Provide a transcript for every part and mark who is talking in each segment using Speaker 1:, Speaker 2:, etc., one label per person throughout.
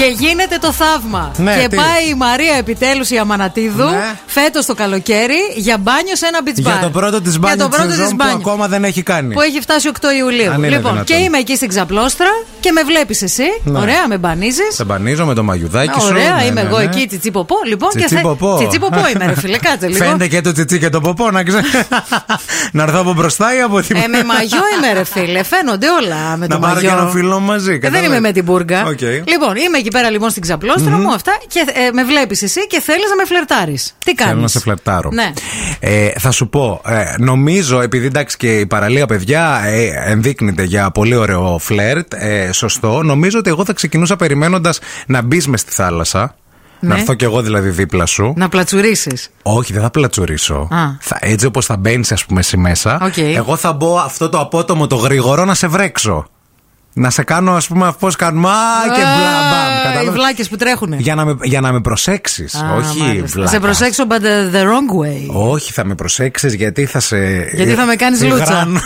Speaker 1: Και γίνεται το θαύμα.
Speaker 2: Ναι,
Speaker 1: και
Speaker 2: τι?
Speaker 1: πάει η Μαρία επιτέλους η Αμανατίδου
Speaker 2: Ναι.
Speaker 1: φέτος το καλοκαίρι για μπάνιο σε ένα beach bar.
Speaker 2: Για το πρώτο της μπάνιο
Speaker 1: Για το
Speaker 2: της
Speaker 1: πρώτο
Speaker 2: σεζόν
Speaker 1: της
Speaker 2: που
Speaker 1: μπάνιο.
Speaker 2: ακόμα δεν έχει κάνει.
Speaker 1: Που έχει φτάσει 8 Ιουλίου.
Speaker 2: Αν είναι
Speaker 1: λοιπόν,
Speaker 2: δυνατόν.
Speaker 1: και είμαι εκεί στην ξαπλώστρα και με βλέπεις εσύ.
Speaker 2: Ναι.
Speaker 1: Ωραία, με μπανίζεις.
Speaker 2: Σε μπανίζω με το μαγιουδάκι σου.
Speaker 1: Ωραία,
Speaker 2: ναι,
Speaker 1: είμαι
Speaker 2: ναι,
Speaker 1: εγώ
Speaker 2: ναι.
Speaker 1: εκεί, τσιτσίποπο. Λοιπόν, και θα-
Speaker 2: Τσιτσίποπο.
Speaker 1: Τσιτσίποπο είμαι, ρε φίλε, κάτσε λίγο.
Speaker 2: Φαίνεται και το τσιτσί και το ποπό, να ξέρει. να έρθω από μπροστά ή από την
Speaker 1: Ε, με μαγιό είμαι, ρε φίλε. Φαίνονται όλα με
Speaker 2: Να
Speaker 1: το
Speaker 2: πάρω
Speaker 1: μαγιό.
Speaker 2: και ένα φιλό
Speaker 1: Ε,
Speaker 2: μαζί,
Speaker 1: Δεν
Speaker 2: κατάλαβες.
Speaker 1: είμαι με την μπουργκα.
Speaker 2: Οκ.
Speaker 1: Λοιπόν, είμαι εκεί πέρα λοιπόν στην ξαπλώστρα μου αυτά και ε, με βλέπεις εσύ και θέλεις να με φλερτάρεις. Τι κάνει.
Speaker 2: Θέλω να σε φλερτάρω.
Speaker 1: Ναι.
Speaker 2: Ε, θα σου πω, ε, νομίζω επειδή εντάξει και η παραλία παιδιά ε, ενδείκνυται για πολύ ωραίο φλερτ, ε, σωστό, νομίζω ότι εγώ θα ξεκινούσα περιμένοντας να μπεις μες στη θάλασσα. Να
Speaker 1: Ναι.
Speaker 2: έρθω κι εγώ δηλαδή δίπλα σου.
Speaker 1: Να πλατσουρίσεις.
Speaker 2: Όχι, δεν θα πλατσουρίσω.
Speaker 1: Α.
Speaker 2: Θα, έτσι όπως θα μπαίνεις, ας πούμε, εσύ μέσα,
Speaker 1: Οκ.
Speaker 2: εγώ θα μπω αυτό το απότομο, το γρήγορο να σε βρέξω. Να σε κάνω, ας πούμε, πώς κάνουμε. Α,
Speaker 1: Ε,
Speaker 2: και μπλα, μπαμ.
Speaker 1: Οι
Speaker 2: κατάλαβες?
Speaker 1: βλάκες που τρέχουν.
Speaker 2: Για να με, για να με προσέξεις. Όχι, βλάκα.
Speaker 1: Σε προσέξω, but the, the wrong way.
Speaker 2: Όχι, θα με προσέξεις γιατί θα σε.
Speaker 1: Γιατί θα με κάνεις
Speaker 2: ε,
Speaker 1: λούτσα. ε.
Speaker 2: γράνω.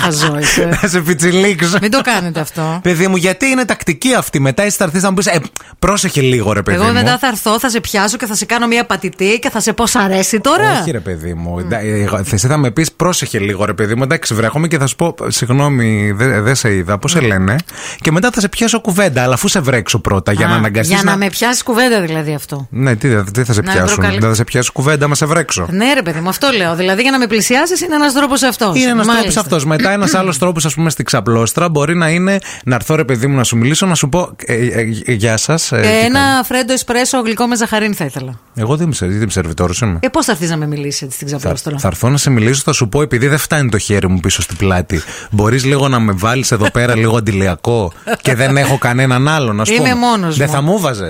Speaker 1: Χαζό είσαι.
Speaker 2: Θα σε πιτσιλίξω.
Speaker 1: Μην το κάνετε αυτό.
Speaker 2: Παιδί μου, γιατί είναι τακτική αυτή. Μετά εσύ θα έρθεις να μου πεις: Ε, πρόσεχε λίγο, ρε παιδί
Speaker 1: Εγώ
Speaker 2: μου.
Speaker 1: μετά θα έρθω, θα σε πιάσω και θα σε κάνω μια πατητή και θα σε πω σ' αρέσει τώρα.
Speaker 2: Όχι, ρε παιδί μου. Εντά- ε, εγώ- Εσύ θα με πεις: Πρόσεχε λίγο, ρε παιδί μου. Εντάξει, βρέχομαι και θα σου πω: Συγγνώμη, δε- δεν σε είδα. Πώς σε λένε. Και μετά θα σε πιάσω κουβέντα. Αλλά αφού σε βρέξω πρώτα για
Speaker 1: Α,
Speaker 2: να αναγκαστείς.
Speaker 1: Για να με πιάσει κουβέντα δηλαδή αυτό.
Speaker 2: Ναι, τι, τι θα σε
Speaker 1: Να
Speaker 2: πιάσουν.
Speaker 1: προκαλεί-
Speaker 2: Δεν θα σε πιάσω κουβέντα, μα σε βρέξω.
Speaker 1: Ναι, ρε παιδί μου, αυτό λέω. Δηλαδή για να με πλησιάσεις είναι ένας τρόπος αυτός.
Speaker 2: Είναι ένας τρόπος αυτός. Μετά, ένας άλλος τρόπος, ας πούμε, στην ξαπλώστρα μπορεί να είναι να έρθω ρε παιδί μου να σου μιλήσω, να σου πω ε, ε, ε, Γεια σας.
Speaker 1: Ένα φρέντο εσπρέσο γλυκό με ζαχαρίνη θα ήθελα.
Speaker 2: Εγώ δεν είμαι, σε- δεν είμαι σερβιτόρο, είμαι.
Speaker 1: Ε, πώς θα έρθεις να με μιλήσεις έτσι στην
Speaker 2: Θα,
Speaker 1: ξαπλώστρα.
Speaker 2: θα έρθω να σε μιλήσω, θα σου πω, επειδή δεν φτάνει το χέρι μου πίσω στην πλάτη. Μπορείς λίγο να με βάλεις εδώ πέρα λίγο αντιλιακό και δεν έχω κανέναν άλλον, ας πούμε.
Speaker 1: Είμαι μόνος
Speaker 2: Δεν
Speaker 1: μου.
Speaker 2: θα μου βάζες.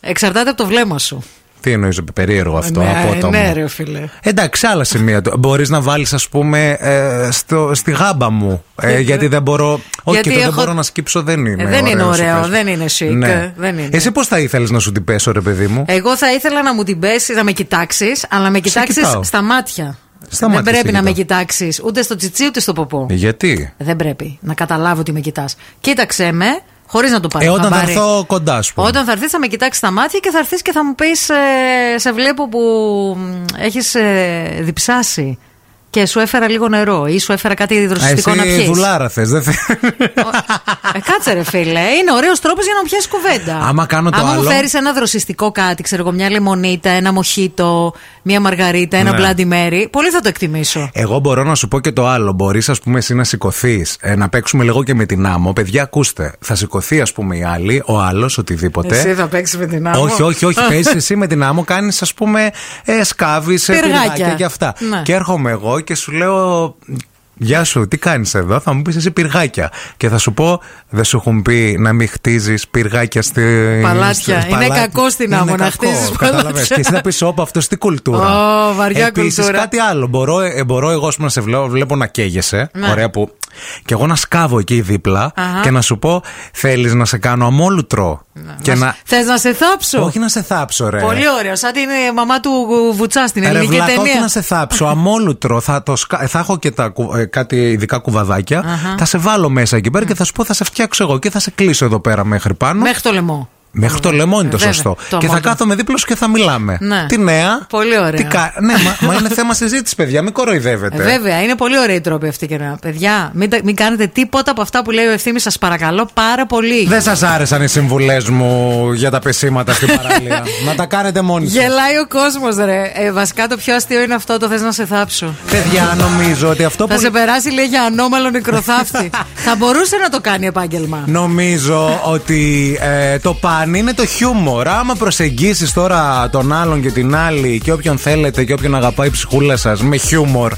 Speaker 1: Εξαρτάται από το βλέμμα σου.
Speaker 2: Τι εννοείς, περίεργο αυτό,
Speaker 1: ναι,
Speaker 2: απότομο.
Speaker 1: ναι, ρε φίλε.
Speaker 2: Εντάξει, άλλα σημεία. Μπορείς να βάλεις, ας πούμε, ε, στο, στη γάμπα μου. Ε, γιατί δεν μπορώ. Όχι,
Speaker 1: Γιατί
Speaker 2: το δεν
Speaker 1: έχω-
Speaker 2: μπορώ να σκύψω δεν είναι.
Speaker 1: Ε, δεν είναι ωραίο,
Speaker 2: σου πες.
Speaker 1: δεν είναι chic, ε, δεν είναι.
Speaker 2: Ναι. Εσύ πώς θα ήθελες να σου την πέσω, ρε παιδί μου.
Speaker 1: Εγώ θα ήθελα να μου την πέσει, να με κοιτάξεις, αλλά με κοιτάξεις
Speaker 2: κοιτάω.
Speaker 1: στα μάτια.
Speaker 2: Στα
Speaker 1: δεν
Speaker 2: μάτια σε
Speaker 1: πρέπει να με
Speaker 2: κοιτάω.
Speaker 1: κοιτάξεις ούτε στο τσιτσί ούτε στο ποπό.
Speaker 2: Ε, Γιατί.
Speaker 1: Δεν πρέπει να καταλάβω ότι με κοιτάς. Κοίταξε με, χωρίς να το πάρεις.
Speaker 2: Ε, όταν θα
Speaker 1: χαμπάρι.
Speaker 2: έρθω κοντά, σου.
Speaker 1: Όταν θα έρθεις, θα με κοιτάξεις τα μάτια και θα έρθεις και θα μου πεις: Σε βλέπω που έχει διψάσει και σου έφερα λίγο νερό ή σου έφερα κάτι υδροσυστικό να
Speaker 2: Εσύ
Speaker 1: πιεις.
Speaker 2: δουλάρα θες. Δεν θε.
Speaker 1: Ε, κάτσε ρε φίλε, είναι ωραίος τρόπος για να μου πιάσεις κουβέντα.
Speaker 2: Άμα κάνω το
Speaker 1: Άμα
Speaker 2: άλλο-
Speaker 1: μου φέρεις ένα δροσιστικό κάτι, ξέρω εγώ, μια λεμονίτα, ένα μοχίτο, μια μαργαρίτα, ένα
Speaker 2: Ναι.
Speaker 1: μπλάντι μέρι, πολύ θα το εκτιμήσω.
Speaker 2: Εγώ μπορώ να σου πω και το άλλο. Μπορείς, ας πούμε, εσύ να σηκωθείς, να παίξουμε λίγο και με την άμμο. Παιδιά, ακούστε. Θα σηκωθεί, ας πούμε, η άλλη, ο άλλος, οτιδήποτε.
Speaker 1: θα παίξεις με την
Speaker 2: Όχι, όχι, όχι. Παίζεις εσύ με την άμμο, κάνεις ας πούμε ε, σκάβεις, ε,
Speaker 1: Πυργάκια.
Speaker 2: πυργάκια και αυτά.
Speaker 1: Ναι.
Speaker 2: Και έρχομαι εγώ και σου λέω. Γεια σου, τι κάνεις εδώ, θα μου πεις εσύ πυργάκια. Και θα σου πω, δεν σου έχουν πει να μην χτίζεις πυργάκια στη.
Speaker 1: Παλάτια.
Speaker 2: στη-
Speaker 1: Είναι
Speaker 2: παλά-
Speaker 1: κακό στην
Speaker 2: Είναι
Speaker 1: άμμο να
Speaker 2: κακό,
Speaker 1: χτίζεις
Speaker 2: κατάλαβες.
Speaker 1: παλάτια.
Speaker 2: Και εσύ θα πεις, όπα, αυτός τι κουλτούρα.
Speaker 1: Ω, βαριά
Speaker 2: Επίσης,
Speaker 1: κουλτούρα.
Speaker 2: κάτι άλλο. Μπορώ, ε, μπορώ εγώ, ας πούμε, να σε βλέπω, βλέπω να καίγεσαι. Ωραία που. Και εγώ να σκάβω εκεί δίπλα
Speaker 1: Ναι. Αχα.
Speaker 2: και να σου πω, θέλεις να σε κάνω αμόλουτρο. Και να.
Speaker 1: Θες να σε θάψω.
Speaker 2: Όχι να σε θάψω, ρε. Ε,
Speaker 1: Πολύ ωραίο. Σαν την ε, μαμά του Βουτσά στην
Speaker 2: Ρε
Speaker 1: ελληνική
Speaker 2: βλάκα, όχι
Speaker 1: ταινία.
Speaker 2: να σε θάψω, αμόλουτρο. Θα, το σκα- θα έχω και τα, κου- ε, κάτι ειδικά κουβαδάκια. Θα σε βάλω μέσα εκεί πέρα και θα σου πω θα σε φτιάξω εγώ και θα σε κλείσω εδώ πέρα μέχρι πάνω.
Speaker 1: Μέχρι το λαιμό.
Speaker 2: Μέχρι το λαιμό είναι το
Speaker 1: Βέβαια,
Speaker 2: σωστό.
Speaker 1: το
Speaker 2: και θα
Speaker 1: αμόλουτρο.
Speaker 2: κάθομαι δίπλα σου και θα μιλάμε.
Speaker 1: Ναι.
Speaker 2: Τι νέα.
Speaker 1: Πολύ ωραία.
Speaker 2: Τι κα- Ναι, μα, μα είναι θέμα συζήτηση, παιδιά. Μην
Speaker 1: Ε,
Speaker 2: κοροϊδεύετε.
Speaker 1: Βέβαια, είναι πολύ ωραίοι οι τρόποι αυτοί και να. Παιδιά, μην, τα- μην κάνετε τίποτα από αυτά που λέει ο ευθύνη, σας παρακαλώ πάρα πολύ.
Speaker 2: Δεν σας άρεσαν οι συμβουλές μου για τα πεσήματα στην παραλία. να τα κάνετε μόνοι σας.
Speaker 1: Γελάει ο κόσμος, ρε. Ε, βασικά το πιο αστείο είναι αυτό, το θες να σε θάψω.
Speaker 2: Παιδιά, νομίζω ότι αυτό
Speaker 1: Θα
Speaker 2: που
Speaker 1: σε περάσει, λέει, για ανώμαλο νεκροθάφτη. Θα μπορούσε να το κάνει επάγγελμα.
Speaker 2: Νομίζω ότι ε, το παν είναι το χιούμορ. Άμα προσεγγίσεις τώρα τον άλλον και την άλλη και όποιον θέλετε και όποιον αγαπάει η ψυχούλα σας με χιούμορ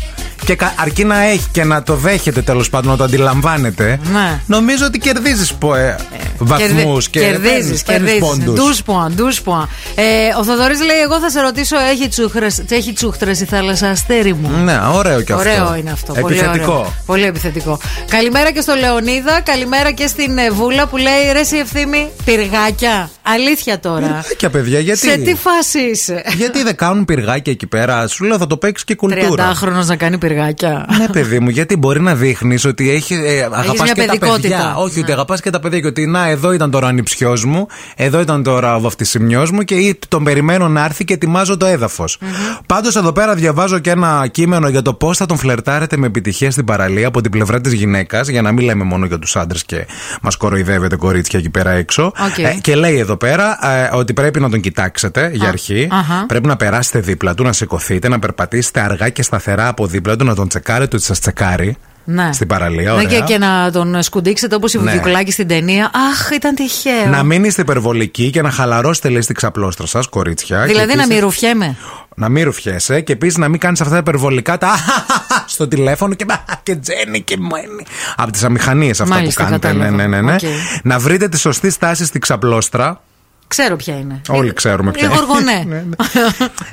Speaker 2: και κα- αρκεί να έχει και να το δέχεται τέλος πάντων, να το αντιλαμβάνετε,
Speaker 1: Ναι.
Speaker 2: νομίζω ότι κερδίζεις πο, ε, βαθμούς και
Speaker 1: Κερδίζεις,
Speaker 2: παίρνεις- παίρνεις
Speaker 1: κερδίζεις.
Speaker 2: πόντους.
Speaker 1: Ντους πουαν, ντους πουαν. Ε, ο Θοδωρής λέει: Εγώ θα σε ρωτήσω, έχει τσούχτρες- έχει τσούχτρε η θάλασσα, αστέρι μου.
Speaker 2: Ναι, ωραίο και αυτό.
Speaker 1: Ωραίο είναι αυτό. Πολύ,
Speaker 2: Επιθετικό.
Speaker 1: ωραίο. πολύ επιθετικό. Καλημέρα και στο Λεωνίδα. Καλημέρα και στην ε, Βούλα που λέει ρε η ευθύμη πυργάκια. Αλήθεια τώρα.
Speaker 2: Πυργάκια, παιδιά, γιατί.
Speaker 1: Σε τι φάση είσαι.
Speaker 2: Γιατί δεν κάνουν πυργάκια εκεί πέρα, σου λέω θα το παίξει και κουλτούρα.
Speaker 1: 30χρονο να κάνει πυργάκια.
Speaker 2: Ναι, παιδί μου, γιατί μπορεί να δείχνεις ότι έχει, ε, αγαπάς
Speaker 1: μια
Speaker 2: και τα
Speaker 1: παιδικότητα. Ναι.
Speaker 2: παιδιά. Όχι, ότι αγαπάς και τα παιδιά και ότι να εδώ ήταν τώρα ο ανιψιός μου, εδώ ήταν τώρα ο βαφτισιμιός μου και τον περιμένω να έρθει και ετοιμάζω το έδαφος. Mm-hmm. Πάντως εδώ πέρα διαβάζω και ένα κείμενο για το πώς θα τον φλερτάρετε με επιτυχία στην παραλία από την πλευρά της γυναίκας, για να μην λέμε μόνο για τους άντρες και μας κοροϊδεύετε κορίτσια εκεί πέρα έξω.
Speaker 1: Okay.
Speaker 2: Ε, και λέει εδώ πέρα ε, ότι πρέπει να τον κοιτάξετε για αρχή,
Speaker 1: αχα.
Speaker 2: πρέπει να περάσετε δίπλα του, να σηκωθείτε, να περπατήσετε αργά και σταθερά από δίπλα του, να τον τσεκάρετε ότι σας τσεκάρει.
Speaker 1: Ναι.
Speaker 2: Στην παραλία,
Speaker 1: Ναι,
Speaker 2: ωραία.
Speaker 1: και, και να τον σκουντίξετε όπως η
Speaker 2: Ναι.
Speaker 1: Βουδιουκλάκη στην ταινία. Αχ, ήταν τυχαίο.
Speaker 2: Να μην είστε υπερβολικοί και να χαλαρώσετε λέει στην ξαπλώστρα σας, κορίτσια. Και
Speaker 1: δηλαδή να
Speaker 2: επίσης-
Speaker 1: μην ρουφιέμαι.
Speaker 2: Να μην ρουφιέσαι και επίσης να μην κάνεις αυτά τα υπερβολικά τα στο τηλέφωνο και, και τζένι και μένει. Από τις αμηχανίες αυτά
Speaker 1: Μάλιστα,
Speaker 2: που κάνετε.
Speaker 1: κατάλαβα.
Speaker 2: Ναι, ναι, ναι. ναι.
Speaker 1: Οκ.
Speaker 2: Να βρείτε τη σωστή στάση στην ξαπλώστρα.
Speaker 1: Ξέρω ποια είναι.
Speaker 2: Όλοι ξέρουμε ποια
Speaker 1: Ναι. Λίγο
Speaker 2: είναι.
Speaker 1: οργονέ.
Speaker 2: Ναι, ναι.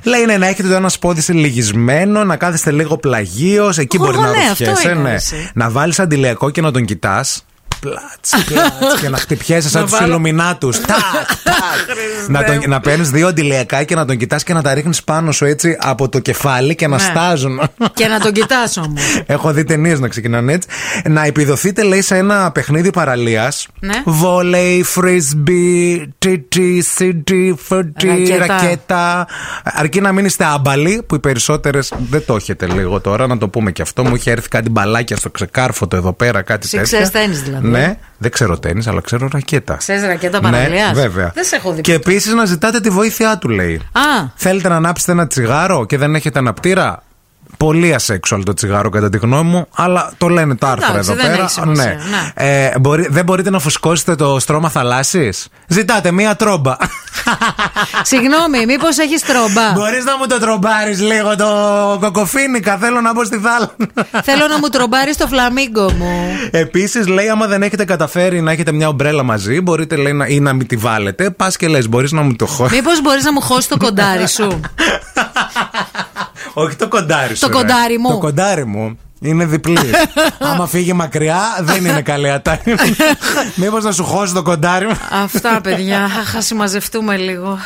Speaker 2: Λέει ναι, να έχετε το ένα σπόδι σε λυγισμένο, να κάθεστε λίγο πλαγίως, εκεί μπορεί να
Speaker 1: Γοργονέ, αυτό
Speaker 2: ρουφιέσαι.
Speaker 1: είναι,
Speaker 2: Ναι.
Speaker 1: εσύ.
Speaker 2: Να βάλεις αντιλιακό και να τον κοιτάς. Πλάτς, πλάτς, και να χτυπιέσαι σαν
Speaker 1: Να
Speaker 2: τους
Speaker 1: βάλω-
Speaker 2: Ιλουμινάτους. να τον- να παίρνεις δύο αντιλιακά και να τον κοιτάς και να τα ρίχνεις πάνω σου έτσι από το κεφάλι και να
Speaker 1: Ναι.
Speaker 2: στάζουν.
Speaker 1: και να τον κοιτάσω όμως.
Speaker 2: Έχω δει ταινίες να ξεκινάνε έτσι. Να επιδοθείτε, λέει, σε ένα παιχνίδι παραλίας.
Speaker 1: Ναι.
Speaker 2: Βόλεϊ, φρίσμπι, τίτι, σίτι, φωτί,
Speaker 1: Ρακέτα.
Speaker 2: ρακέτα. Αρκεί να μην είστε άμπαλοι, που οι περισσότερες δεν το έχετε λίγο τώρα, να το πούμε και αυτό. Μου είχε έρθει κάτι μπαλάκια στο ξεκάρφωτο εδώ πέρα, κάτι
Speaker 1: Εσύ
Speaker 2: τέτοιο.
Speaker 1: ξέρεις τένις, δηλαδή.
Speaker 2: Ναι, δεν ξέρω τέννη, αλλά ξέρω ρακέτα.
Speaker 1: Ξέρεις ρακέτα παραλίας.
Speaker 2: Ναι, βέβαια.
Speaker 1: Δεν σε έχω δει.
Speaker 2: Και επίσης να ζητάτε τη βοήθειά του, λέει.
Speaker 1: Α,
Speaker 2: Θέλετε να ανάψετε ένα τσιγάρο και δεν έχετε αναπτήρα. Πολύ asexual το τσιγάρο κατά τη γνώμη μου, αλλά το λένε τα άρθρα
Speaker 1: Εντάξει,
Speaker 2: εδώ
Speaker 1: δεν
Speaker 2: πέρα.
Speaker 1: έχει σημασία, ναι.
Speaker 2: Ε, μπορεί- δεν μπορείτε να φουσκώσετε το στρώμα θαλάσσης. Ζητάτε μία τρόμπα.
Speaker 1: συγγνώμη, μήπως έχεις τρόμπα.
Speaker 2: Μπορείς να μου το τρομπάρεις λίγο το κοκοφίνικα. Θέλω να μπω στη θάλασσα.
Speaker 1: Θέλω να μου τρομπάρεις το φλαμίγκο μου.
Speaker 2: Επίσης, λέει, άμα δεν έχετε καταφέρει να έχετε μια ομπρέλα μαζί, μπορείτε λέει, να, ή να μην τη βάλετε. Πας και λες, μπορείς να μου το χώσει.
Speaker 1: Μήπως μπορείς να μου χώσεις το κοντάρι σου.
Speaker 2: Όχι το κοντάρι σου.
Speaker 1: Το
Speaker 2: ρε.
Speaker 1: κοντάρι μου.
Speaker 2: Το κοντάρι μου. Είναι διπλή. Άμα φύγει μακριά, δεν είναι καλή ατάκη. Μήπως να σου χώσει το κοντάρι μου.
Speaker 1: Αυτά, παιδιά. Αχ, ας συμμαζευτούμε λίγο.